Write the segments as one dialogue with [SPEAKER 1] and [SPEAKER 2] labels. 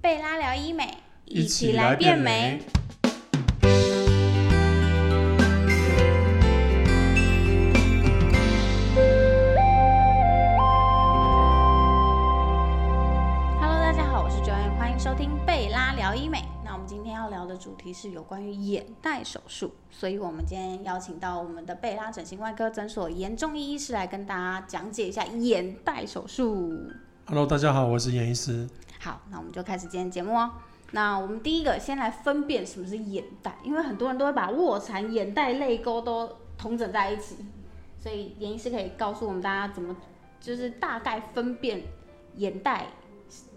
[SPEAKER 1] 贝拉聊医美，
[SPEAKER 2] 一起来变美。
[SPEAKER 1] Hello，大家好，我是 Joanne，欢迎收听贝拉聊医美。那我们今天要聊的主题是有关于眼袋手术，所以我们今天邀请到我们的贝拉整形外科诊所严仲医医师来跟大家讲解一下眼袋手术。
[SPEAKER 2] Hello，大家好，我是严医师。
[SPEAKER 1] 好，那我们就开始今天节目哦。那我们第一个先来分辨什么是眼袋，因为很多人都会把卧蚕、眼袋、泪沟都统整在一起，所以严医师可以告诉我们大家怎么，就是大概分辨眼袋，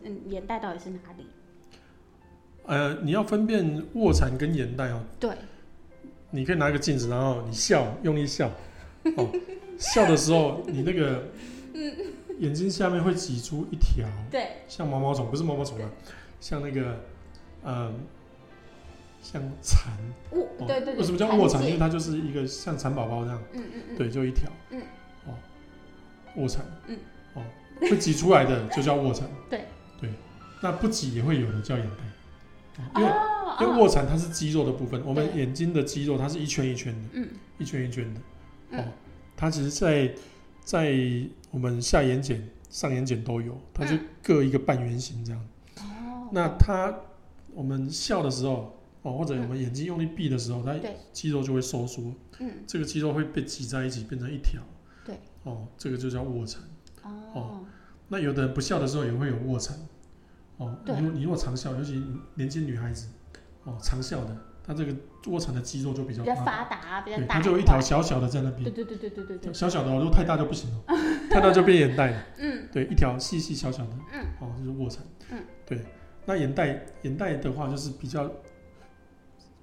[SPEAKER 1] 嗯，眼袋到底是哪里？
[SPEAKER 2] 呃，你要分辨卧蚕跟眼袋哦，
[SPEAKER 1] 对，
[SPEAKER 2] 你可以拿一个镜子，然后你笑，用力笑，哦，笑的时候你那个眼睛下面会挤出一条
[SPEAKER 1] 对，
[SPEAKER 2] 像毛毛虫，不是毛毛虫啊，像那个，呃，像蚕。
[SPEAKER 1] 卧，
[SPEAKER 2] 哦
[SPEAKER 1] 对对对，
[SPEAKER 2] 为什么叫卧蚕？因为
[SPEAKER 1] 界
[SPEAKER 2] 它就是一个像蚕宝宝这样，
[SPEAKER 1] 嗯嗯嗯，
[SPEAKER 2] 对，就一条。
[SPEAKER 1] 嗯。
[SPEAKER 2] 哦，卧蚕。
[SPEAKER 1] 嗯。
[SPEAKER 2] 哦，会挤出 来的就叫卧蚕。
[SPEAKER 1] 对。
[SPEAKER 2] 对，那不挤也会有的叫眼袋，哦因为、
[SPEAKER 1] 哦，
[SPEAKER 2] 因为
[SPEAKER 1] 哦
[SPEAKER 2] 卧蚕它是肌肉的部分，我们
[SPEAKER 1] 对
[SPEAKER 2] 眼睛的肌肉它是一圈一圈的，
[SPEAKER 1] 嗯，
[SPEAKER 2] 一圈一圈的。
[SPEAKER 1] 嗯
[SPEAKER 2] 哦，它其实在在我们下眼睑、上眼睑都有，它
[SPEAKER 1] 嗯
[SPEAKER 2] 就各一个半圆形这样。
[SPEAKER 1] 哦，
[SPEAKER 2] 那它我们笑的时候，哦，或者我们眼睛用力闭的时候，它
[SPEAKER 1] 嗯对
[SPEAKER 2] 肌肉就会收缩，
[SPEAKER 1] 嗯，
[SPEAKER 2] 这个肌肉会被挤在一起变成一条。
[SPEAKER 1] 对。
[SPEAKER 2] 哦，这个就叫卧蚕。
[SPEAKER 1] 哦，
[SPEAKER 2] 那有的人不笑的时候也会有卧蚕，哦，
[SPEAKER 1] 对
[SPEAKER 2] 你如你如果常笑，尤其年轻女孩子，哦，常笑的，她这个卧蚕的肌肉就比较
[SPEAKER 1] 比较
[SPEAKER 2] 大，
[SPEAKER 1] 发达，比较
[SPEAKER 2] 对，
[SPEAKER 1] 大
[SPEAKER 2] 它，就有一条，小小的在那
[SPEAKER 1] 对
[SPEAKER 2] 边，
[SPEAKER 1] 对对对对对对，
[SPEAKER 2] 小小的哦，如果太大就不行了， 太大就变眼袋了，
[SPEAKER 1] 嗯
[SPEAKER 2] 对，一条细细小小的，
[SPEAKER 1] 嗯，
[SPEAKER 2] 哦，就是卧蚕，
[SPEAKER 1] 嗯，
[SPEAKER 2] 对，那眼袋眼袋的话就是比较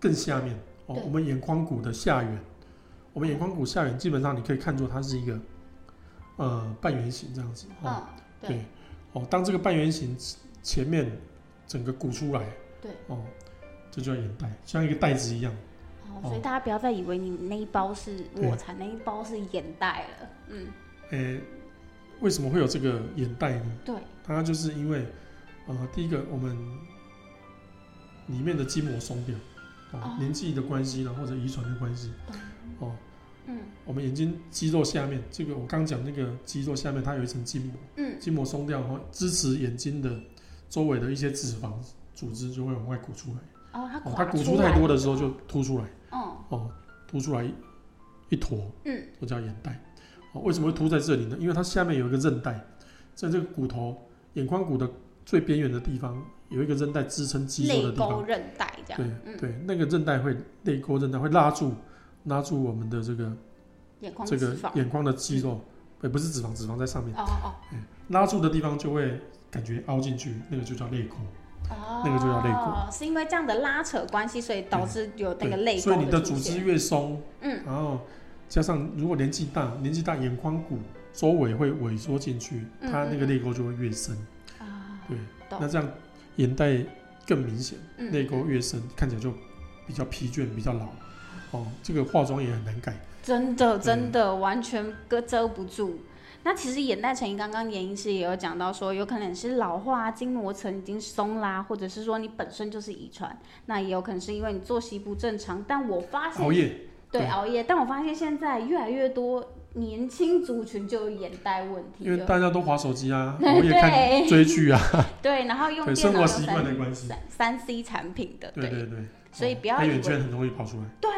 [SPEAKER 2] 更下面，哦
[SPEAKER 1] 对，
[SPEAKER 2] 我们眼眶骨的下缘，我们眼眶骨下缘基本上你可以看作它是一个呃半圆形这样子，哦。
[SPEAKER 1] 嗯，对
[SPEAKER 2] 对，哦，当这个半圆形前面整个鼓出来，
[SPEAKER 1] 对，
[SPEAKER 2] 哦，这就叫眼袋，像一个袋子一样。
[SPEAKER 1] 哦，所以大家不要再以为你那一包是
[SPEAKER 2] 对
[SPEAKER 1] 卧蚕，那一包是眼袋了。嗯，
[SPEAKER 2] 诶，为什么会有这个眼袋呢？
[SPEAKER 1] 对，
[SPEAKER 2] 它就是因为，呃，第一个我们里面的筋膜松掉，哦，
[SPEAKER 1] 哦
[SPEAKER 2] 年纪的关系，然后或者遗传的关系，哦，
[SPEAKER 1] 嗯
[SPEAKER 2] 我们眼睛肌肉下面，这个我刚讲那个肌肉下面它有一层筋膜，
[SPEAKER 1] 嗯，
[SPEAKER 2] 筋膜松掉，然后支持眼睛的周围的一些脂肪组织就会往外鼓出来。
[SPEAKER 1] 哦，它
[SPEAKER 2] 哦，
[SPEAKER 1] 垮
[SPEAKER 2] 它鼓
[SPEAKER 1] 出
[SPEAKER 2] 出
[SPEAKER 1] 来
[SPEAKER 2] 太多的时候就凸出来，
[SPEAKER 1] 嗯
[SPEAKER 2] 哦，凸出来一一坨，
[SPEAKER 1] 嗯，
[SPEAKER 2] 我叫眼袋。哦，为什么会凸在这里呢？因为它下面有一个韧带，在这个骨头眼眶骨的最边缘的地方有一个韧带支撑肌肉的
[SPEAKER 1] 泪
[SPEAKER 2] 地
[SPEAKER 1] 沟
[SPEAKER 2] 方，
[SPEAKER 1] 韧带这样，
[SPEAKER 2] 对、
[SPEAKER 1] 嗯，
[SPEAKER 2] 对，那个韧带会内沟韧带会拉住拉住我们的这个
[SPEAKER 1] 眼眶
[SPEAKER 2] 这
[SPEAKER 1] 脂
[SPEAKER 2] 个
[SPEAKER 1] 肪，嗯
[SPEAKER 2] 眼眶的肌肉，也不是脂肪，脂肪在上面，
[SPEAKER 1] 哦哦
[SPEAKER 2] 拉住的地方就会感觉凹进去，那个就叫泪沟。
[SPEAKER 1] 哦，
[SPEAKER 2] 那个就叫泪
[SPEAKER 1] 沟，是因为这样的拉扯关系，所以导致有那
[SPEAKER 2] 对，
[SPEAKER 1] 个泪沟
[SPEAKER 2] 所以你
[SPEAKER 1] 的
[SPEAKER 2] 的组
[SPEAKER 1] 出
[SPEAKER 2] 织
[SPEAKER 1] 现
[SPEAKER 2] 越松，
[SPEAKER 1] 嗯，
[SPEAKER 2] 然后加上如果年纪大，年纪大眼眶骨周围会萎缩进去，
[SPEAKER 1] 嗯
[SPEAKER 2] 它
[SPEAKER 1] 嗯
[SPEAKER 2] 那个泪沟就会越深，
[SPEAKER 1] 啊，
[SPEAKER 2] 对，
[SPEAKER 1] 懂
[SPEAKER 2] 那这样眼袋更明显，
[SPEAKER 1] 嗯
[SPEAKER 2] 泪沟越深，看起来就比较疲倦，比较老。
[SPEAKER 1] 嗯
[SPEAKER 2] 哦，这个化妆也很难改，
[SPEAKER 1] 真的
[SPEAKER 2] 对
[SPEAKER 1] 真的
[SPEAKER 2] 嗯
[SPEAKER 1] 完全遮遮不住。那其实眼袋成因，刚刚严医师也有讲到说，有可能是老化啊，筋膜层已经松啦，或者是说你本身就是遗传，那也有可能是因为你作息不正常。但我发现，
[SPEAKER 2] 熬夜，
[SPEAKER 1] 对
[SPEAKER 2] 对
[SPEAKER 1] 熬夜，但我发现现在越来越多年轻族群就有眼袋问题
[SPEAKER 2] 因为
[SPEAKER 1] 了，
[SPEAKER 2] 大家都划手机啊，
[SPEAKER 1] 对
[SPEAKER 2] 熬夜看追 剧啊，
[SPEAKER 1] 对，然后用
[SPEAKER 2] 对
[SPEAKER 1] 电
[SPEAKER 2] 生
[SPEAKER 1] 脑有
[SPEAKER 2] 活习惯
[SPEAKER 1] 三
[SPEAKER 2] 的关系，
[SPEAKER 1] 三三 C 产品的，
[SPEAKER 2] 对对对，
[SPEAKER 1] 所以
[SPEAKER 2] 哦
[SPEAKER 1] 不要
[SPEAKER 2] 黑
[SPEAKER 1] 以为
[SPEAKER 2] 眼圈很容易跑出来。
[SPEAKER 1] 对，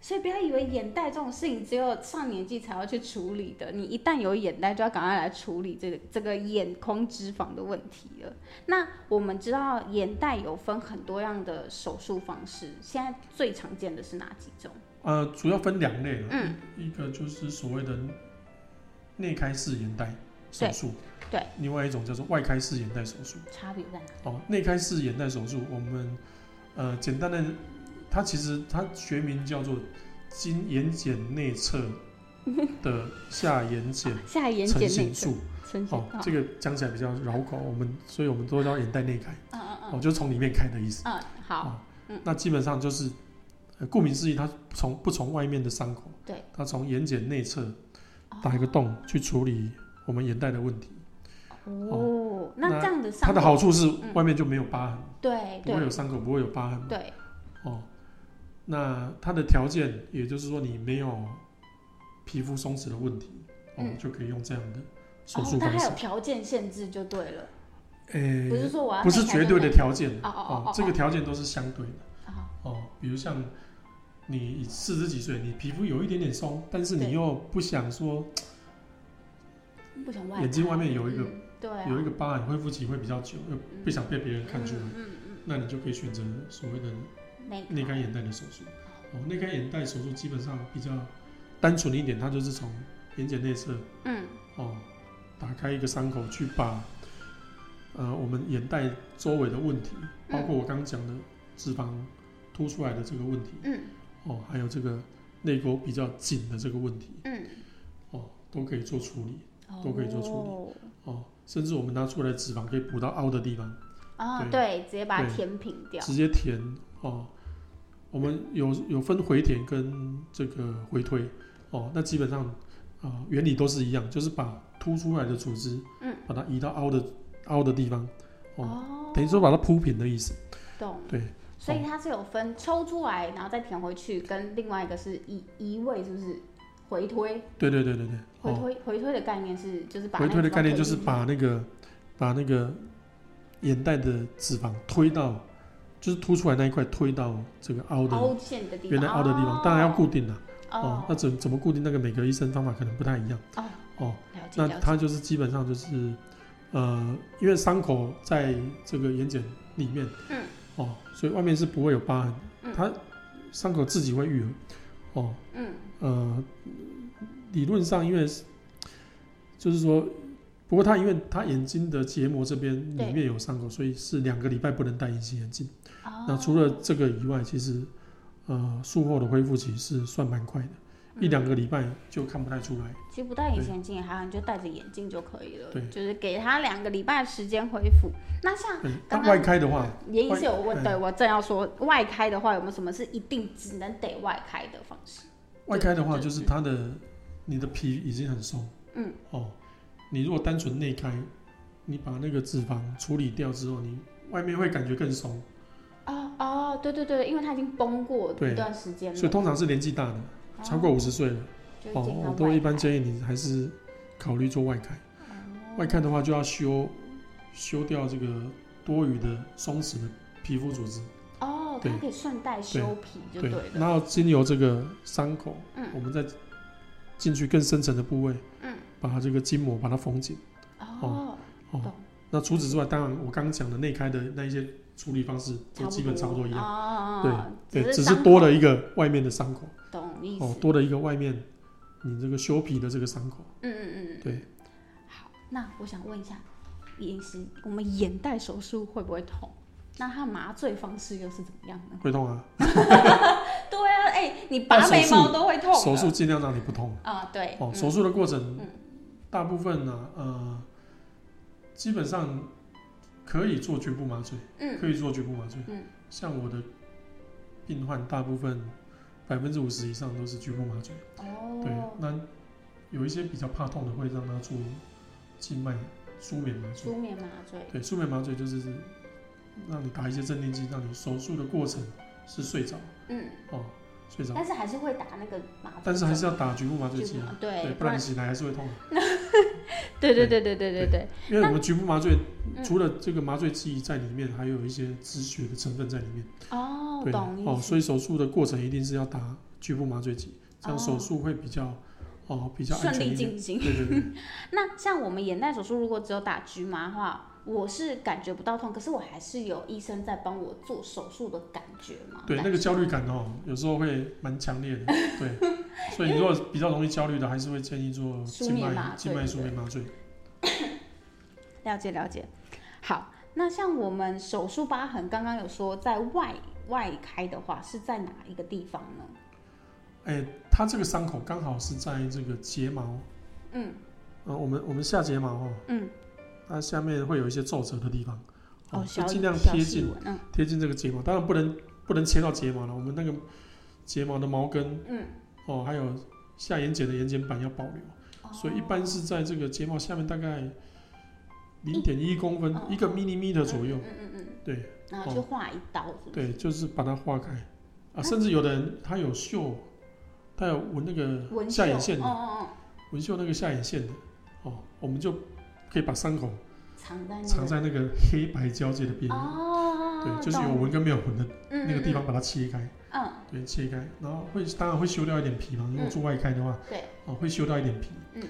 [SPEAKER 1] 所以不要以为眼袋这种事情只有上年纪才要去处理的，你一旦有眼袋就要赶快来处理这个这个眼眶脂肪的问题了。那我们知道眼袋有分很多样的手术方式，现在最常见的是哪几种？
[SPEAKER 2] 呃，主要分两类了，
[SPEAKER 1] 嗯
[SPEAKER 2] 一个就是所谓的内开式眼袋手术，
[SPEAKER 1] 对对
[SPEAKER 2] 另外一种叫做外开式眼袋手术。
[SPEAKER 1] 差别在哪？
[SPEAKER 2] 哦，内开式眼袋手术，我们呃简单的，它其实它学名叫做经眼睑内侧 的下眼睑
[SPEAKER 1] 下眼睑
[SPEAKER 2] 成
[SPEAKER 1] 内
[SPEAKER 2] 形
[SPEAKER 1] 侧，嗯
[SPEAKER 2] 术。
[SPEAKER 1] 成形
[SPEAKER 2] 哦，这个讲起来比较绕口，我们所以我们都叫眼袋内开，
[SPEAKER 1] 嗯嗯嗯
[SPEAKER 2] 哦，就是从里面开的意思。
[SPEAKER 1] 嗯，好，
[SPEAKER 2] 哦
[SPEAKER 1] 嗯
[SPEAKER 2] 那基本上就是，呃顾名思义，它从不从外面的伤口，
[SPEAKER 1] 对，哦
[SPEAKER 2] 它从眼睑内侧打一个洞去处理我们眼袋的问题。
[SPEAKER 1] 哦，过。那
[SPEAKER 2] 那
[SPEAKER 1] 这样的伤
[SPEAKER 2] 它
[SPEAKER 1] 口，
[SPEAKER 2] 的好处是
[SPEAKER 1] 嗯
[SPEAKER 2] 外面就没有疤痕，
[SPEAKER 1] 对
[SPEAKER 2] 不会有
[SPEAKER 1] 对
[SPEAKER 2] 伤口，不会有疤痕。
[SPEAKER 1] 对，
[SPEAKER 2] 哦，那它的条件，也就是说你没有皮肤松弛的问题，哦，
[SPEAKER 1] 嗯
[SPEAKER 2] 就可以用这样的手
[SPEAKER 1] 哦
[SPEAKER 2] 术，
[SPEAKER 1] 它
[SPEAKER 2] 方
[SPEAKER 1] 还
[SPEAKER 2] 式
[SPEAKER 1] 有。条件限制就对了，
[SPEAKER 2] 诶、
[SPEAKER 1] 不是说我要
[SPEAKER 2] 不是
[SPEAKER 1] 哪一条
[SPEAKER 2] 绝对
[SPEAKER 1] 就
[SPEAKER 2] 的
[SPEAKER 1] 哪
[SPEAKER 2] 条件
[SPEAKER 1] 哦哦哦哦啊
[SPEAKER 2] 这个条件都是相对的
[SPEAKER 1] 一条。
[SPEAKER 2] 哦。比如像你四十几岁，你皮肤有一点点松，但是你
[SPEAKER 1] 对
[SPEAKER 2] 又不想说
[SPEAKER 1] 哦不想外
[SPEAKER 2] 眼睛外面有一个
[SPEAKER 1] 嗯对啊
[SPEAKER 2] 有一个疤痕，恢复期会比较久，又
[SPEAKER 1] 嗯
[SPEAKER 2] 不想被别人看出来，
[SPEAKER 1] 嗯嗯嗯
[SPEAKER 2] 那你就可以选择所谓的
[SPEAKER 1] 嗯那
[SPEAKER 2] 内干眼袋的手术。哦，内干眼袋手术基本上比较单纯一点，它就是从眼睑内侧
[SPEAKER 1] 嗯
[SPEAKER 2] 哦打开一个伤口，去把呃我们眼袋周围的问题，包括我刚讲的脂肪凸出来的这个问题，
[SPEAKER 1] 嗯
[SPEAKER 2] 哦，还有这个泪沟比较紧的这个问题，
[SPEAKER 1] 嗯，
[SPEAKER 2] 哦，都可以做处理。都可以做处
[SPEAKER 1] 理。
[SPEAKER 2] 哦，甚至我们拿出来的脂肪可以补到凹的地方，
[SPEAKER 1] 啊，
[SPEAKER 2] 对
[SPEAKER 1] 对，直接把它
[SPEAKER 2] 对
[SPEAKER 1] 填平掉。
[SPEAKER 2] 直接填哦。我们有有分回填跟这个回推哦，那基本上啊、呃原理都是一样，就是把凸出来的组织，
[SPEAKER 1] 嗯，
[SPEAKER 2] 把它移到凹的凹的地方，哦，
[SPEAKER 1] 哦，
[SPEAKER 2] 等于说把它铺平的意思。
[SPEAKER 1] 懂。
[SPEAKER 2] 对，
[SPEAKER 1] 所以它是有分抽出来，然后再填回去，跟另外一个是移移位，是不是？回推，
[SPEAKER 2] 对对对对对，
[SPEAKER 1] 回
[SPEAKER 2] 哦，
[SPEAKER 1] 推，回推的概念是就是把
[SPEAKER 2] 回
[SPEAKER 1] 那
[SPEAKER 2] 推
[SPEAKER 1] 个
[SPEAKER 2] 的
[SPEAKER 1] 地
[SPEAKER 2] 概
[SPEAKER 1] 方
[SPEAKER 2] 念
[SPEAKER 1] 推
[SPEAKER 2] 就是
[SPEAKER 1] 进去
[SPEAKER 2] 把那个把那个眼袋的脂肪推到，就是凸出来那一块推到这个凹的
[SPEAKER 1] 凹陷的地方，
[SPEAKER 2] 原来凹的地方，当然要固定了。哦
[SPEAKER 1] 哦，
[SPEAKER 2] 那怎怎么固定？那个每个医生方法可能不太一样。
[SPEAKER 1] 哦
[SPEAKER 2] 哦，
[SPEAKER 1] 了解
[SPEAKER 2] 那
[SPEAKER 1] 了解。
[SPEAKER 2] 它就是基本上就是，呃，因为伤口在这个眼睑里面，
[SPEAKER 1] 嗯，
[SPEAKER 2] 哦，所以外面是不会有疤痕，
[SPEAKER 1] 嗯
[SPEAKER 2] 它伤口自己会愈合。哦，
[SPEAKER 1] 嗯，
[SPEAKER 2] 呃，理论上因为是就是说，不过它因为它眼睛的结膜这边
[SPEAKER 1] 对
[SPEAKER 2] 里面有伤口，所以是两个礼拜不能戴隐形眼镜。
[SPEAKER 1] 哦
[SPEAKER 2] 那除了这个以外，其实呃术后的恢复期是算蛮快的，
[SPEAKER 1] 嗯
[SPEAKER 2] 一两个礼拜就看不太出来。
[SPEAKER 1] 其实不戴隐形眼镜也还好，你就戴着眼镜就可以了。
[SPEAKER 2] 对
[SPEAKER 1] 就是给他两个礼拜的时间恢复。那像
[SPEAKER 2] 嗯，
[SPEAKER 1] 刚
[SPEAKER 2] 那
[SPEAKER 1] 刚
[SPEAKER 2] 外开的话，
[SPEAKER 1] 严医师有问，
[SPEAKER 2] 外
[SPEAKER 1] 对我正要说外开的话，有没有什么是一定只能得外开的方式？
[SPEAKER 2] 外开的话
[SPEAKER 1] 对
[SPEAKER 2] 就是它的你的皮已经很松，
[SPEAKER 1] 嗯，
[SPEAKER 2] 哦，你如果单纯内开，你把那个脂肪处理掉之后，你外面会感觉更松，
[SPEAKER 1] 哦哦，对对对，因为他已经崩过
[SPEAKER 2] 对
[SPEAKER 1] 一段时间了，
[SPEAKER 2] 所以通常是年纪大的，
[SPEAKER 1] 哦
[SPEAKER 2] 超过五十岁了，
[SPEAKER 1] 就
[SPEAKER 2] 哦，
[SPEAKER 1] 是健康
[SPEAKER 2] 我都一般
[SPEAKER 1] 外
[SPEAKER 2] 建议你还是考虑做外开。
[SPEAKER 1] 开
[SPEAKER 2] 外看的话就要修修掉这个多余的松弛的皮肤组织，
[SPEAKER 1] 哦，
[SPEAKER 2] 对
[SPEAKER 1] 它可以顺带修皮就对了。
[SPEAKER 2] 然后经由这个伤口，
[SPEAKER 1] 嗯
[SPEAKER 2] 我们再进去更深层的部位，
[SPEAKER 1] 嗯，
[SPEAKER 2] 把这个筋膜把它缝紧。
[SPEAKER 1] 哦，
[SPEAKER 2] 哦
[SPEAKER 1] 懂，
[SPEAKER 2] 那除此之外，当然我刚讲的内开的那一些处理方式
[SPEAKER 1] 差
[SPEAKER 2] 都
[SPEAKER 1] 不多
[SPEAKER 2] 基本差不多一样，
[SPEAKER 1] 哦，
[SPEAKER 2] 对，只
[SPEAKER 1] 伤
[SPEAKER 2] 是
[SPEAKER 1] 口
[SPEAKER 2] 多了一个外面的伤口，
[SPEAKER 1] 懂意思。
[SPEAKER 2] 哦，多了一个外面你这个修皮的这个伤口，
[SPEAKER 1] 嗯嗯嗯，
[SPEAKER 2] 对。
[SPEAKER 1] 好，那我想问一下，医师，我们眼袋手术会不会痛？那它麻醉方式又是怎么样呢？
[SPEAKER 2] 会痛啊，
[SPEAKER 1] 对啊，哎、你拔
[SPEAKER 2] 手
[SPEAKER 1] 眉
[SPEAKER 2] 术
[SPEAKER 1] 毛都会痛的。
[SPEAKER 2] 手术尽量让你不痛。
[SPEAKER 1] 啊、对，
[SPEAKER 2] 哦，
[SPEAKER 1] 嗯
[SPEAKER 2] 手术的过程
[SPEAKER 1] 嗯，
[SPEAKER 2] 大部分呢，呃，基本上可以做局部麻醉，
[SPEAKER 1] 嗯
[SPEAKER 2] 可以做局部麻醉。
[SPEAKER 1] 嗯，
[SPEAKER 2] 像我的病患，大部分百分之五十以上都是局部麻醉。对
[SPEAKER 1] 哦，，
[SPEAKER 2] 那有一些比较怕痛的，会让他做静脉舒眠麻醉。
[SPEAKER 1] 舒眠麻醉，
[SPEAKER 2] 对，舒眠麻醉就是让你打一些镇定剂，让你手术的过程是睡着
[SPEAKER 1] 嗯，
[SPEAKER 2] 哦，睡着，
[SPEAKER 1] 但是还是会打那个麻醉，
[SPEAKER 2] 但是还是要打局部麻醉剂
[SPEAKER 1] 就
[SPEAKER 2] 啊。
[SPEAKER 1] 对，
[SPEAKER 2] 对，不然你醒来还是会痛的。
[SPEAKER 1] 对对对对对对对，
[SPEAKER 2] 因为我们局部麻醉
[SPEAKER 1] 嗯
[SPEAKER 2] 除了这个麻醉剂在里面，还有一些止血的成分在里面。
[SPEAKER 1] 哦，
[SPEAKER 2] 对，
[SPEAKER 1] 懂意思，
[SPEAKER 2] 哦，所以手术的过程一定是要打局部麻醉剂，这样
[SPEAKER 1] 哦
[SPEAKER 2] 手术会比较哦比较安
[SPEAKER 1] 顺
[SPEAKER 2] 全
[SPEAKER 1] 利
[SPEAKER 2] 一点。
[SPEAKER 1] 进行。
[SPEAKER 2] 对对对，
[SPEAKER 1] 那像我们眼袋手术，如果只有打局麻的话，我是感觉不到痛，可是我还是有医生在帮我做手术的感觉嘛。
[SPEAKER 2] 对
[SPEAKER 1] 感
[SPEAKER 2] 那个焦虑感哦，有时候会蛮强烈的。 对，所以你如果比较容易焦虑的，还是会建议做
[SPEAKER 1] 舒
[SPEAKER 2] 静
[SPEAKER 1] 眠麻
[SPEAKER 2] 脉
[SPEAKER 1] 醉
[SPEAKER 2] 静脉舒眠麻醉。
[SPEAKER 1] 了解了解。好，那像我们手术疤痕，刚刚有说在外外开的话，是在哪一个地方呢？
[SPEAKER 2] 哎，它这个伤口刚好是在这个睫毛，
[SPEAKER 1] 嗯
[SPEAKER 2] 呃，我们我们下睫毛哦，
[SPEAKER 1] 嗯，
[SPEAKER 2] 它下面会有一些皱褶的地方，
[SPEAKER 1] 哦，
[SPEAKER 2] 就
[SPEAKER 1] 小
[SPEAKER 2] 尽量
[SPEAKER 1] 小
[SPEAKER 2] 贴
[SPEAKER 1] 细
[SPEAKER 2] 近
[SPEAKER 1] 纹嗯
[SPEAKER 2] 贴近这个睫毛，当然不能不能切到睫毛了，我们那个睫毛的毛根
[SPEAKER 1] 嗯，
[SPEAKER 2] 哦，还有下眼睑的眼睑板要保留，所以一般是在这个睫毛下面大概零点一公分
[SPEAKER 1] 哦，
[SPEAKER 2] 一个 millimeter 左右
[SPEAKER 1] 嗯，嗯嗯，嗯
[SPEAKER 2] 对，
[SPEAKER 1] 然后去画一刀，是不是
[SPEAKER 2] 哦对，就是把它划开啊，
[SPEAKER 1] 啊
[SPEAKER 2] 甚至有的人他有绣，他有纹那个
[SPEAKER 1] 纹
[SPEAKER 2] 下眼
[SPEAKER 1] 绣
[SPEAKER 2] 线
[SPEAKER 1] 哦
[SPEAKER 2] 的，
[SPEAKER 1] 哦
[SPEAKER 2] 纹绣那个下眼线的，哦，我们就可以把伤口
[SPEAKER 1] 哦，藏在那个
[SPEAKER 2] 藏在那个黑白交界的边缘，
[SPEAKER 1] 哦，
[SPEAKER 2] 对，就是有
[SPEAKER 1] 懂
[SPEAKER 2] 纹跟没有纹的
[SPEAKER 1] 嗯
[SPEAKER 2] 那个地
[SPEAKER 1] 嗯
[SPEAKER 2] 方把它切开，
[SPEAKER 1] 嗯，
[SPEAKER 2] 对，切开，然后会当然会修掉一点皮嘛，如果做外开的话，
[SPEAKER 1] 对，
[SPEAKER 2] 哦，会修掉一点皮，
[SPEAKER 1] 嗯，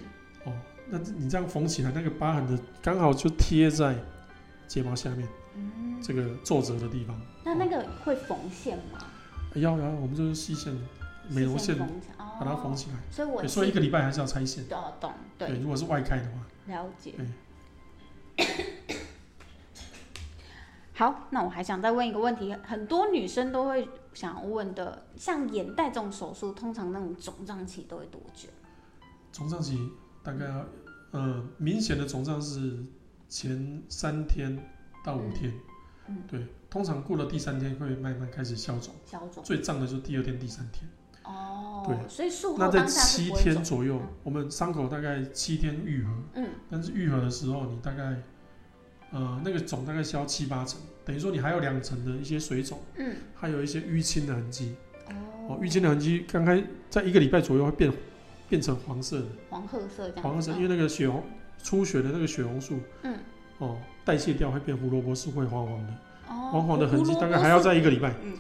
[SPEAKER 2] 哦，那你这样缝起来，那个疤痕的刚好就贴在睫毛下面
[SPEAKER 1] 嗯
[SPEAKER 2] 这个皱褶的地方，哎
[SPEAKER 1] 那那个会缝线吗？
[SPEAKER 2] 要要，我们就是细线美容线
[SPEAKER 1] 缝起来哦，
[SPEAKER 2] 把它缝起来。
[SPEAKER 1] 所以我
[SPEAKER 2] 对，所以一个礼拜还是要拆线。
[SPEAKER 1] 都要懂，
[SPEAKER 2] 对，
[SPEAKER 1] 对，
[SPEAKER 2] 如果是外开的话，
[SPEAKER 1] 了解
[SPEAKER 2] 对。
[SPEAKER 1] 好，那我还想再问一个问题，很多女生都会想要问的，像眼袋这种手术，通常那种肿胀期都会多久？
[SPEAKER 2] 肿胀期大概要，呃，明显的肿胀是前三天到五天，
[SPEAKER 1] 嗯
[SPEAKER 2] 对，通常过了第三天会慢慢开始消肿，
[SPEAKER 1] 消肿
[SPEAKER 2] 最胀的就是第二天、第三天。
[SPEAKER 1] 哦，
[SPEAKER 2] 对
[SPEAKER 1] 所以术
[SPEAKER 2] 那
[SPEAKER 1] 后
[SPEAKER 2] 在
[SPEAKER 1] 当下是
[SPEAKER 2] 七
[SPEAKER 1] 不会
[SPEAKER 2] 天
[SPEAKER 1] 肿，
[SPEAKER 2] 左右
[SPEAKER 1] 嗯，
[SPEAKER 2] 我们伤口大概七天愈合，
[SPEAKER 1] 嗯，
[SPEAKER 2] 但是愈合的时候，你大概，呃，那个肿大概消七八成，等于说你还有两层的一些水肿，
[SPEAKER 1] 嗯，
[SPEAKER 2] 还有一些淤青的痕迹。哦
[SPEAKER 1] 哦，
[SPEAKER 2] 淤青的痕迹刚开在一个礼拜左右会变变成黄色的，
[SPEAKER 1] 黄褐色这样，
[SPEAKER 2] 黄褐色，因
[SPEAKER 1] 嗯
[SPEAKER 2] 为那个血红出血的那个血红素，
[SPEAKER 1] 嗯，
[SPEAKER 2] 哦，代谢掉会变胡萝卜素，会黄黄的，
[SPEAKER 1] 哦，
[SPEAKER 2] 黄黄的痕迹
[SPEAKER 1] 胡萝卜
[SPEAKER 2] 大概还要
[SPEAKER 1] 素
[SPEAKER 2] 在一个礼拜，
[SPEAKER 1] 嗯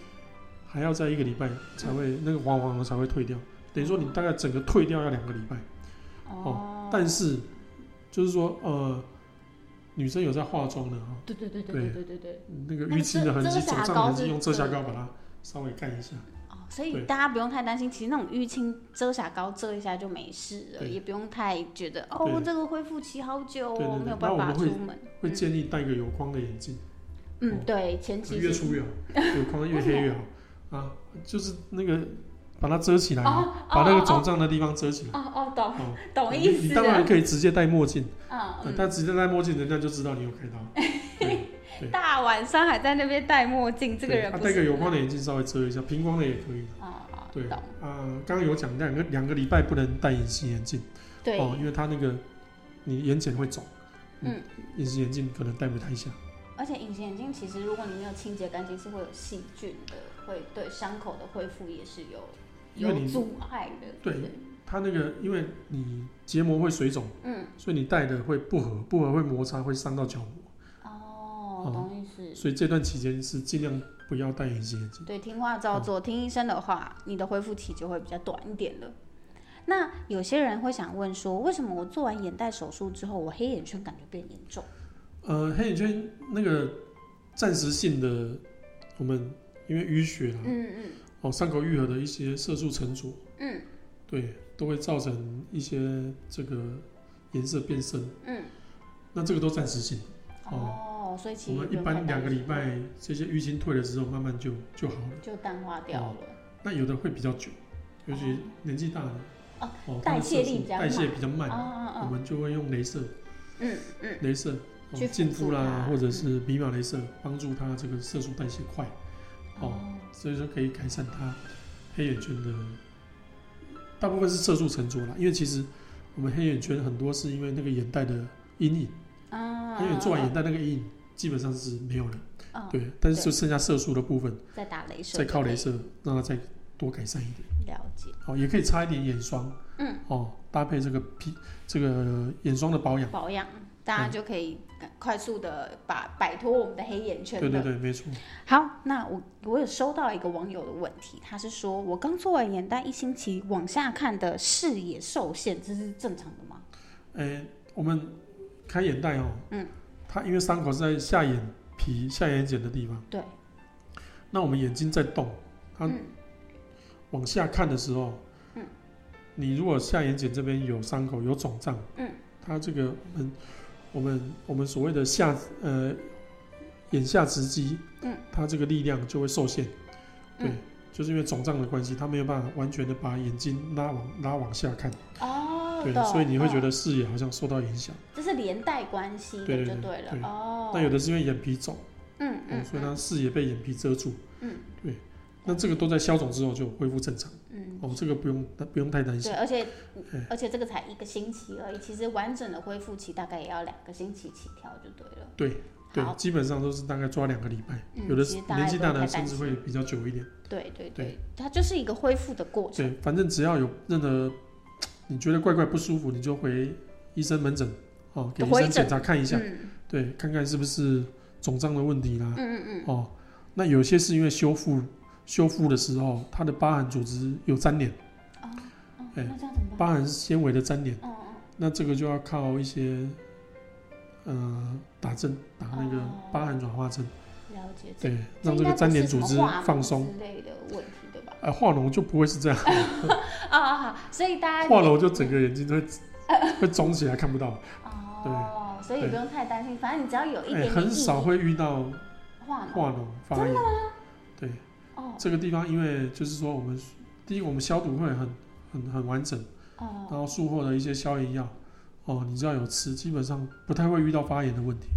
[SPEAKER 2] 还要在一个礼拜才会、那个黄黄的才会退掉，等于说你大概整个退掉要两个礼拜，
[SPEAKER 1] 哦，
[SPEAKER 2] 但是就是说呃，女生有在化妆的哈、
[SPEAKER 1] 对对对对
[SPEAKER 2] 对
[SPEAKER 1] 对对对对，
[SPEAKER 2] 那个
[SPEAKER 1] 那个
[SPEAKER 2] 淤青的痕迹、
[SPEAKER 1] 遮遮瑕
[SPEAKER 2] 肿胀的
[SPEAKER 1] 膏
[SPEAKER 2] 痕迹
[SPEAKER 1] 是
[SPEAKER 2] 用遮瑕
[SPEAKER 1] 对
[SPEAKER 2] 膏把它稍微盖一下，
[SPEAKER 1] 哦，所
[SPEAKER 2] 对
[SPEAKER 1] 以大家不用太担心，其实那种淤青遮瑕膏遮一下就没事了，
[SPEAKER 2] 对
[SPEAKER 1] 也不用太觉得
[SPEAKER 2] 对
[SPEAKER 1] 哦，这个恢复期好久
[SPEAKER 2] 对对
[SPEAKER 1] 哦，
[SPEAKER 2] 对
[SPEAKER 1] 没有办
[SPEAKER 2] 那
[SPEAKER 1] 法
[SPEAKER 2] 我们
[SPEAKER 1] 出
[SPEAKER 2] 会
[SPEAKER 1] 门。
[SPEAKER 2] 会哦建议戴一个有框的眼镜。呃
[SPEAKER 1] 嗯，对，前期
[SPEAKER 2] 越粗越好，有框越黑越好啊，就是那个把它遮起来，
[SPEAKER 1] 哦
[SPEAKER 2] 把那个
[SPEAKER 1] 哦
[SPEAKER 2] 肿胀的地方遮起来。
[SPEAKER 1] 哦哦，懂
[SPEAKER 2] 哦，
[SPEAKER 1] 懂
[SPEAKER 2] 你
[SPEAKER 1] 意
[SPEAKER 2] 你
[SPEAKER 1] 思
[SPEAKER 2] 当然
[SPEAKER 1] 了，
[SPEAKER 2] 可以直接戴墨镜，呃
[SPEAKER 1] 嗯嗯，
[SPEAKER 2] 但直接戴墨镜，人家就知道你有开 刀。对对
[SPEAKER 1] 大晚上还在那边戴墨镜，这个
[SPEAKER 2] 对
[SPEAKER 1] 人
[SPEAKER 2] 啊
[SPEAKER 1] 不
[SPEAKER 2] 戴个有
[SPEAKER 1] 是
[SPEAKER 2] 框的眼镜稍微遮一下，平光的也可以。
[SPEAKER 1] 啊，哦
[SPEAKER 2] 对啊
[SPEAKER 1] 懂，
[SPEAKER 2] 刚刚有讲两个两个礼拜不能戴隐形眼镜
[SPEAKER 1] 对
[SPEAKER 2] 哦，因为它那个你眼睑会肿。
[SPEAKER 1] 嗯，
[SPEAKER 2] 隐形眼镜可能戴不太下。
[SPEAKER 1] 而且隐形眼镜其实如果你没有清洁干净，是会有细菌的，会对伤口的恢复也是有
[SPEAKER 2] 因为
[SPEAKER 1] 有
[SPEAKER 2] 你
[SPEAKER 1] 阻碍的。
[SPEAKER 2] 对
[SPEAKER 1] 不
[SPEAKER 2] 它那个因为你结膜会水肿，
[SPEAKER 1] 嗯，
[SPEAKER 2] 所以你戴的会不合，不合会摩擦，会伤到角膜。
[SPEAKER 1] 哦，懂意思。
[SPEAKER 2] 所以这段期间是尽量不要戴隐形眼镜。
[SPEAKER 1] 对，听话照做，听医生的话，你的恢复期就会比较短一点了。那有些人会想问说，为什么我做完眼袋手术之后，我黑眼圈感觉变严重？
[SPEAKER 2] 呃，黑眼圈那个暂时性的，我们因为淤血啦，
[SPEAKER 1] 嗯
[SPEAKER 2] 哦，伤口愈合的一些色素沉着，
[SPEAKER 1] 嗯嗯
[SPEAKER 2] 对，都会造成一些这个颜色变深。
[SPEAKER 1] 嗯，
[SPEAKER 2] 那这个都暂时性，
[SPEAKER 1] 哦，所以
[SPEAKER 2] 我
[SPEAKER 1] 其实
[SPEAKER 2] 们一
[SPEAKER 1] 不用太担
[SPEAKER 2] 般两个礼
[SPEAKER 1] 心
[SPEAKER 2] 拜这些淤青退了之后，慢慢就就好了。
[SPEAKER 1] 就淡化掉了。
[SPEAKER 2] 那有的会比较久，尤其年纪大的，
[SPEAKER 1] 哦，
[SPEAKER 2] 它的
[SPEAKER 1] 代谢
[SPEAKER 2] 色
[SPEAKER 1] 力
[SPEAKER 2] 素
[SPEAKER 1] 比较
[SPEAKER 2] 代谢
[SPEAKER 1] 慢
[SPEAKER 2] 比较慢，我
[SPEAKER 1] 哦哦哦，
[SPEAKER 2] 们就会用镭射。
[SPEAKER 1] 嗯嗯
[SPEAKER 2] 镭射、哦
[SPEAKER 1] 去辅
[SPEAKER 2] 净肤
[SPEAKER 1] 助
[SPEAKER 2] 啦，
[SPEAKER 1] 它嗯
[SPEAKER 2] 或者是皮秒镭射，帮助它这个色素代谢快，哦，
[SPEAKER 1] 哦
[SPEAKER 2] 所以说可以改善它黑眼圈的大部分是色素沉着啦。因为其实我们黑眼圈很多是因为那个眼袋的阴影，
[SPEAKER 1] 啊，
[SPEAKER 2] 因为你做完眼袋那个阴影基本上是没有了，
[SPEAKER 1] 嗯，
[SPEAKER 2] 对，但是
[SPEAKER 1] 对
[SPEAKER 2] 就剩下色素的部分，
[SPEAKER 1] 再打镭射，
[SPEAKER 2] 再靠镭，射嗯让它再多改善一点。
[SPEAKER 1] 了解。
[SPEAKER 2] 好、也可以擦一点眼霜，
[SPEAKER 1] 嗯，
[SPEAKER 2] 哦，搭配这个皮这个眼霜的保养，
[SPEAKER 1] 保养，大
[SPEAKER 2] 嗯
[SPEAKER 1] 家就可以赶快速的把摆脱我们的黑眼圈
[SPEAKER 2] 对对
[SPEAKER 1] 了。
[SPEAKER 2] 对，没错。
[SPEAKER 1] 好，那我我有收到一个网友的问题，他是说我刚做完眼袋一星期，往下看的视野受限，这是正常的吗？
[SPEAKER 2] 诶，我们开眼袋哦，
[SPEAKER 1] 嗯，
[SPEAKER 2] 它因为伤口是在下眼皮、下眼睑的地方，
[SPEAKER 1] 对，
[SPEAKER 2] 那我们眼睛在动，它
[SPEAKER 1] 嗯
[SPEAKER 2] 往下看的时候，
[SPEAKER 1] 嗯，
[SPEAKER 2] 你如果下眼睑这边有伤口、有肿胀，
[SPEAKER 1] 嗯，
[SPEAKER 2] 它这个我们我们我们所谓的下呃眼下直肌，
[SPEAKER 1] 嗯，
[SPEAKER 2] 它这个力量就会受限，对，
[SPEAKER 1] 嗯
[SPEAKER 2] 就是因为肿胀的关系，它没有办法完全的把眼睛拉往拉往下看，
[SPEAKER 1] 哦，
[SPEAKER 2] 对，
[SPEAKER 1] 懂
[SPEAKER 2] 所以你会觉、
[SPEAKER 1] 哦
[SPEAKER 2] 得视野好像受到影响。
[SPEAKER 1] 这是连带关系的
[SPEAKER 2] 对对
[SPEAKER 1] 就
[SPEAKER 2] 对
[SPEAKER 1] 对了
[SPEAKER 2] 对
[SPEAKER 1] 哦。
[SPEAKER 2] 那有的是因为眼皮肿，
[SPEAKER 1] 嗯
[SPEAKER 2] 哦
[SPEAKER 1] 嗯，
[SPEAKER 2] 所以他视野被眼皮遮住。
[SPEAKER 1] 嗯，
[SPEAKER 2] 对，那这个都在消肿之后就恢复正常，
[SPEAKER 1] 嗯，
[SPEAKER 2] 哦，这个不用不用太担心
[SPEAKER 1] 对，。而且
[SPEAKER 2] 哎
[SPEAKER 1] 而且这个才一个星期而已，其实完整的恢复期大概也要两个星期起跳就对了。
[SPEAKER 2] 对对，
[SPEAKER 1] 好，
[SPEAKER 2] 基本上都是大概抓两个礼拜，
[SPEAKER 1] 嗯
[SPEAKER 2] 有的
[SPEAKER 1] 其实大家
[SPEAKER 2] 年纪大
[SPEAKER 1] 不用
[SPEAKER 2] 的
[SPEAKER 1] 太担
[SPEAKER 2] 甚至
[SPEAKER 1] 心
[SPEAKER 2] 会比较久一点。
[SPEAKER 1] 对对对
[SPEAKER 2] 对，
[SPEAKER 1] 它就是一个恢复的过程。
[SPEAKER 2] 对，反正只要有任何你觉得怪怪不舒服，你就回医生门诊哦，给医
[SPEAKER 1] 回
[SPEAKER 2] 生
[SPEAKER 1] 诊
[SPEAKER 2] 检查看一下，
[SPEAKER 1] 嗯
[SPEAKER 2] 对，看看是不是肿胀的问题啦
[SPEAKER 1] 嗯。嗯嗯，
[SPEAKER 2] 哦，那有些是因为修复修复的时候，它的疤痕组织有粘连，
[SPEAKER 1] 哦，
[SPEAKER 2] 哎
[SPEAKER 1] 那这样怎么办？
[SPEAKER 2] 疤痕纤维的粘连，
[SPEAKER 1] 哦哦，
[SPEAKER 2] 那这个就要靠一些呃打针，打那个
[SPEAKER 1] 哦
[SPEAKER 2] 疤痕软化针，
[SPEAKER 1] 了解。这
[SPEAKER 2] 对，让这个粘连组织放松。
[SPEAKER 1] 之类的问题，对吧？
[SPEAKER 2] 啊，化脓就不会是这样，
[SPEAKER 1] 啊、好，所以大家
[SPEAKER 2] 化脓就整个眼睛都会会肿起来，看不到。
[SPEAKER 1] 哦，所以不用太担心，反正你只要有 一点
[SPEAKER 2] 哎、
[SPEAKER 1] 点
[SPEAKER 2] 很少会遇到
[SPEAKER 1] 化
[SPEAKER 2] 化脓发炎。对，
[SPEAKER 1] 哦
[SPEAKER 2] 这个地方因为就是说我们第一个我们消毒会很很很完整，然
[SPEAKER 1] 哦
[SPEAKER 2] 后术后的一些消炎药，哦，你只要有吃，基本上不太会遇到发炎的问题。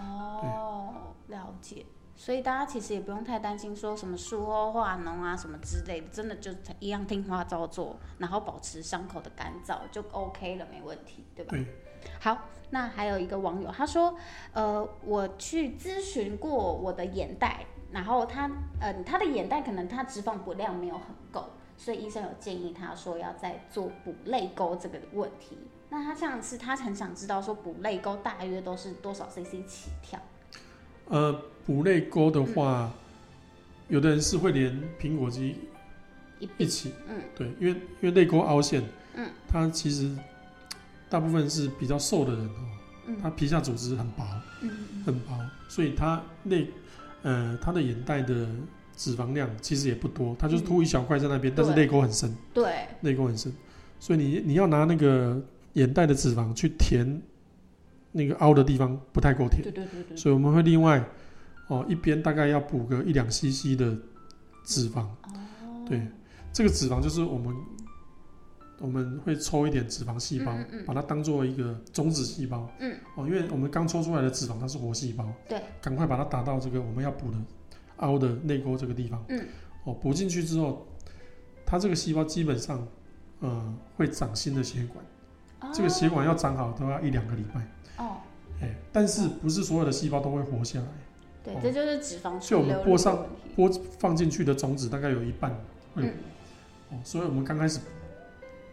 [SPEAKER 1] 哦，了解。所以大家其实也不用太担心说什么术后化脓啊什么之类的，真的就一样听话照做，然后保持伤口的干燥就 OK 了，没问题，对吧？
[SPEAKER 2] 对，
[SPEAKER 1] 好，那还有一个网友他说，呃，我去咨询过我的眼袋，然后他，呃，他的眼袋可能他脂肪补量没有很够，所以医生有建议他说要再做补泪沟这个问题。那他上次他很想知道说补泪沟大约都是多少 CC 起跳？
[SPEAKER 2] 呃，补泪沟的话，有的人是会连苹果肌
[SPEAKER 1] 一
[SPEAKER 2] 一
[SPEAKER 1] 笔
[SPEAKER 2] 起，
[SPEAKER 1] 嗯，
[SPEAKER 2] 对，因为因为泪沟凹陷，
[SPEAKER 1] 嗯，
[SPEAKER 2] 它其实大部分是比较瘦的人哦，
[SPEAKER 1] 嗯
[SPEAKER 2] 他皮下组织很薄，
[SPEAKER 1] 嗯
[SPEAKER 2] 很薄，所以他内呃他的眼袋的脂肪量其实也不多，它就是凸一小块在那边，但是
[SPEAKER 1] 嗯对
[SPEAKER 2] 泪沟很深，
[SPEAKER 1] 对，
[SPEAKER 2] 泪沟很深，所以你你要拿那个眼袋的脂肪去填那个凹的地方，不太够填，
[SPEAKER 1] 对对对对，
[SPEAKER 2] 所以我们会另外哦一边大概要补个一两 CC 的脂肪，
[SPEAKER 1] 哦，
[SPEAKER 2] 对，这个脂肪就是我们我们会抽一点脂肪细胞，
[SPEAKER 1] 嗯嗯嗯
[SPEAKER 2] 把它当做一个种子细胞，
[SPEAKER 1] 嗯，
[SPEAKER 2] 哦，因为我们刚抽出来的脂肪它是活细胞。
[SPEAKER 1] 对，
[SPEAKER 2] 赶快把它打到这个我们要补的凹的内沟这个地方。
[SPEAKER 1] 嗯，
[SPEAKER 2] 哦，补进去之后，它这个细胞基本上，呃，会长新的血管。这个血管要长好都要一两个礼拜。
[SPEAKER 1] 哦，
[SPEAKER 2] 哎，但是不是所有的细胞都会活下来？
[SPEAKER 1] 对
[SPEAKER 2] 哦，
[SPEAKER 1] 这就是脂肪
[SPEAKER 2] 所以
[SPEAKER 1] 储
[SPEAKER 2] 我们
[SPEAKER 1] 留
[SPEAKER 2] 播
[SPEAKER 1] 率的
[SPEAKER 2] 上
[SPEAKER 1] 问题
[SPEAKER 2] 播放进去的种子大概有一半会有
[SPEAKER 1] 嗯，
[SPEAKER 2] 哦，所以我们刚开始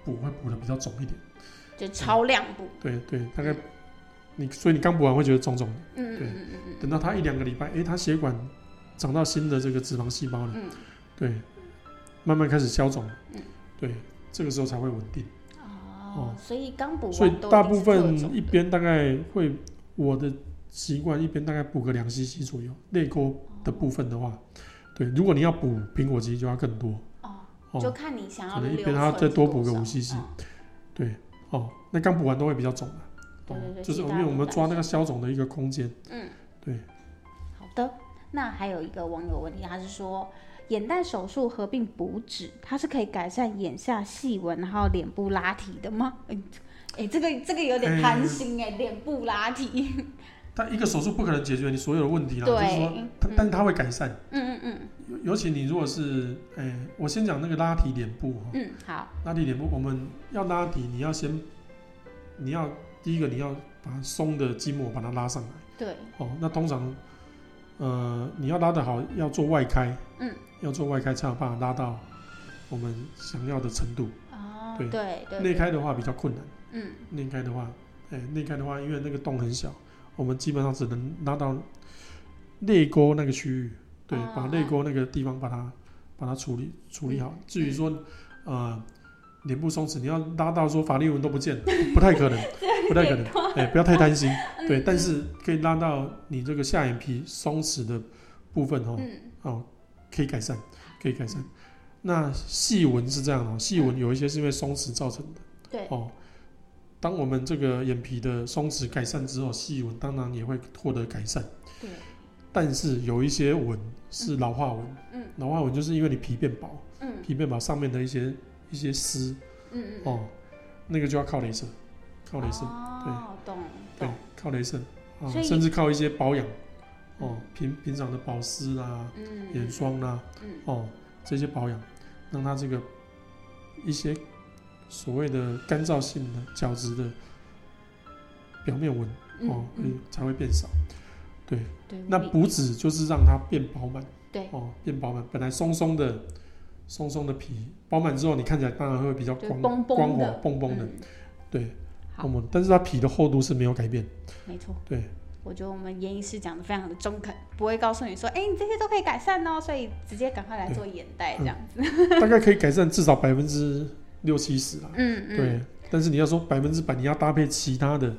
[SPEAKER 2] 补会补的比较肿一点。
[SPEAKER 1] 就超量补，
[SPEAKER 2] 对对，大概你所以你刚补完会觉得肿肿的，
[SPEAKER 1] 嗯嗯
[SPEAKER 2] 对
[SPEAKER 1] 嗯嗯嗯。
[SPEAKER 2] 等到它一两个礼拜，哎，它血管长到新的这个脂肪细胞了，
[SPEAKER 1] 嗯
[SPEAKER 2] 对，慢慢开始消肿，
[SPEAKER 1] 嗯
[SPEAKER 2] 对，这个时候才会稳定。
[SPEAKER 1] 哦
[SPEAKER 2] 哦，
[SPEAKER 1] 所以刚补完
[SPEAKER 2] 所以
[SPEAKER 1] 都
[SPEAKER 2] 大
[SPEAKER 1] 定
[SPEAKER 2] 部
[SPEAKER 1] 是各种
[SPEAKER 2] 分一
[SPEAKER 1] 的
[SPEAKER 2] 边大概会，我的习惯一边大概补个两 cc 左右，内沟的部分的话，对，如果你要补苹果肌就要更多
[SPEAKER 1] 哦，就
[SPEAKER 2] 哦，
[SPEAKER 1] 看你想要
[SPEAKER 2] 可能一
[SPEAKER 1] 留
[SPEAKER 2] 边它
[SPEAKER 1] 存
[SPEAKER 2] 再
[SPEAKER 1] 是
[SPEAKER 2] 多
[SPEAKER 1] 多
[SPEAKER 2] 补个
[SPEAKER 1] 少
[SPEAKER 2] 5cc
[SPEAKER 1] 嗯
[SPEAKER 2] 对，哦，那刚补完都会比较肿的、
[SPEAKER 1] 对对对
[SPEAKER 2] 哦，就是
[SPEAKER 1] 其
[SPEAKER 2] 因
[SPEAKER 1] 他
[SPEAKER 2] 为
[SPEAKER 1] 都
[SPEAKER 2] 我们
[SPEAKER 1] 感
[SPEAKER 2] 抓那
[SPEAKER 1] 觉
[SPEAKER 2] 个消肿的一个空间，
[SPEAKER 1] 嗯，
[SPEAKER 2] 对，
[SPEAKER 1] 好的。那还有一个网友问啊题，他是说眼袋手术合并补脂，它是可以改善眼下细纹，然后脸部拉提的吗？ 哎、哎这个这个有点贪
[SPEAKER 2] 哎
[SPEAKER 1] 心哎、脸部拉提。
[SPEAKER 2] 但一个手术不可能解决你所有的问题啦，就是
[SPEAKER 1] 对
[SPEAKER 2] 说，它，但是它会改善，
[SPEAKER 1] 嗯嗯嗯
[SPEAKER 2] 尤尤其你如果是，哎、我先讲那个拉提脸部哈、哦
[SPEAKER 1] 嗯，好，
[SPEAKER 2] 拉提脸部，我们要拉提，你要先，你要第一个你要把松的筋膜把它拉上来
[SPEAKER 1] 对，
[SPEAKER 2] 哦。那通常，呃，你要拉得好，要做外开，
[SPEAKER 1] 嗯，
[SPEAKER 2] 要做外开才有办法拉到我们想要的程度。
[SPEAKER 1] 哦，
[SPEAKER 2] 对
[SPEAKER 1] 对对，
[SPEAKER 2] 内
[SPEAKER 1] 对
[SPEAKER 2] 开的话比较困难，
[SPEAKER 1] 嗯
[SPEAKER 2] 内开的话，哎、内开的话，因为那个洞很小，我们基本上只能拉到内沟那个区域，对，
[SPEAKER 1] 哦
[SPEAKER 2] 把内沟那个地方把它把它处理处理好。
[SPEAKER 1] 嗯
[SPEAKER 2] 至于说，呃，脸部松弛，你要拉到说法令纹都不见，不太 可能，不太可能，哎、不要太担心，
[SPEAKER 1] 嗯
[SPEAKER 2] 对，但是可以拉到你这个下眼皮松弛的部分哦，
[SPEAKER 1] 嗯，
[SPEAKER 2] 哦，可以改善，可以改善。那细纹是这样哦，细纹有一些是因为松弛造成的。
[SPEAKER 1] 对，
[SPEAKER 2] 哦，当我们这个眼皮的松弛改善之后，细纹当然也会获得改善。
[SPEAKER 1] 对。
[SPEAKER 2] 但是有一些纹是老化纹，
[SPEAKER 1] 嗯，
[SPEAKER 2] 老化纹就是因为你皮变薄，
[SPEAKER 1] 嗯
[SPEAKER 2] 皮变薄上面的一些一些丝
[SPEAKER 1] 嗯嗯，
[SPEAKER 2] 哦，那个就要靠镭射，靠镭射，
[SPEAKER 1] 哦，懂
[SPEAKER 2] 对
[SPEAKER 1] 懂，，
[SPEAKER 2] 靠镭射啊
[SPEAKER 1] 所，以
[SPEAKER 2] 甚至靠一些保养哦，平平常的保湿啦、
[SPEAKER 1] 嗯，
[SPEAKER 2] 眼霜啦，
[SPEAKER 1] 嗯
[SPEAKER 2] 哦，这些保养，让它这个一些所谓的干燥性的角质的表面纹哦
[SPEAKER 1] 嗯，
[SPEAKER 2] 会
[SPEAKER 1] 嗯，
[SPEAKER 2] 才会变少。
[SPEAKER 1] 对，
[SPEAKER 2] 那
[SPEAKER 1] 我理
[SPEAKER 2] 补脂就是让它变饱满，
[SPEAKER 1] 对
[SPEAKER 2] 哦，变饱满。本来松松的、松松的皮，饱满之后你看起来当然会比较
[SPEAKER 1] 对
[SPEAKER 2] 光
[SPEAKER 1] 绷绷
[SPEAKER 2] 光滑
[SPEAKER 1] 的、
[SPEAKER 2] 蹦蹦的，
[SPEAKER 1] 嗯
[SPEAKER 2] 对，
[SPEAKER 1] 好
[SPEAKER 2] 那么但是它皮的厚度是没有改变，
[SPEAKER 1] 没错，
[SPEAKER 2] 对，
[SPEAKER 1] 我觉得我们严医师讲的非常的中肯，不会告诉你说，哎、你这些都可以改善哦，所以直接赶快来做眼袋
[SPEAKER 2] 嗯
[SPEAKER 1] 这样子。
[SPEAKER 2] 大概可以改善至少百分之六七十啦，
[SPEAKER 1] 嗯嗯，
[SPEAKER 2] 对。但是你要说百分之百，你要搭配其他的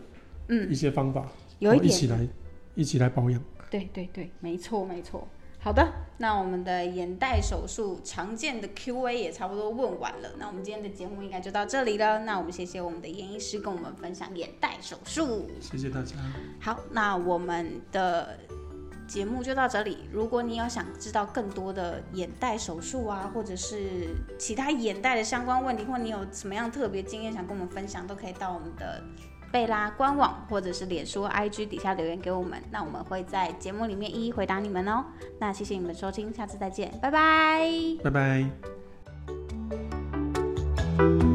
[SPEAKER 1] 嗯，
[SPEAKER 2] 一些方法，
[SPEAKER 1] 有一
[SPEAKER 2] 哦一起
[SPEAKER 1] 点，
[SPEAKER 2] 来一起来保养。
[SPEAKER 1] 对对对，没错没错。好的，那我们的眼袋手术常见的 Q&A 也差不多问完了，那我们今天的节目应该就到这里了。那我们谢谢我们的严医师跟我们分享眼袋手术。
[SPEAKER 2] 谢谢大家，
[SPEAKER 1] 好，那我们的节目就到这里。如果你有想知道更多的眼袋手术啊，或者是其他眼袋的相关问题，或你有什么样特别经验想跟我们分享，都可以到我们的贝拉官网或者是脸书、IG 底下留言给我们，那我们会在节目里面一一回答你们哦。那谢谢你们的收听，下次再见，拜拜。
[SPEAKER 2] 拜拜。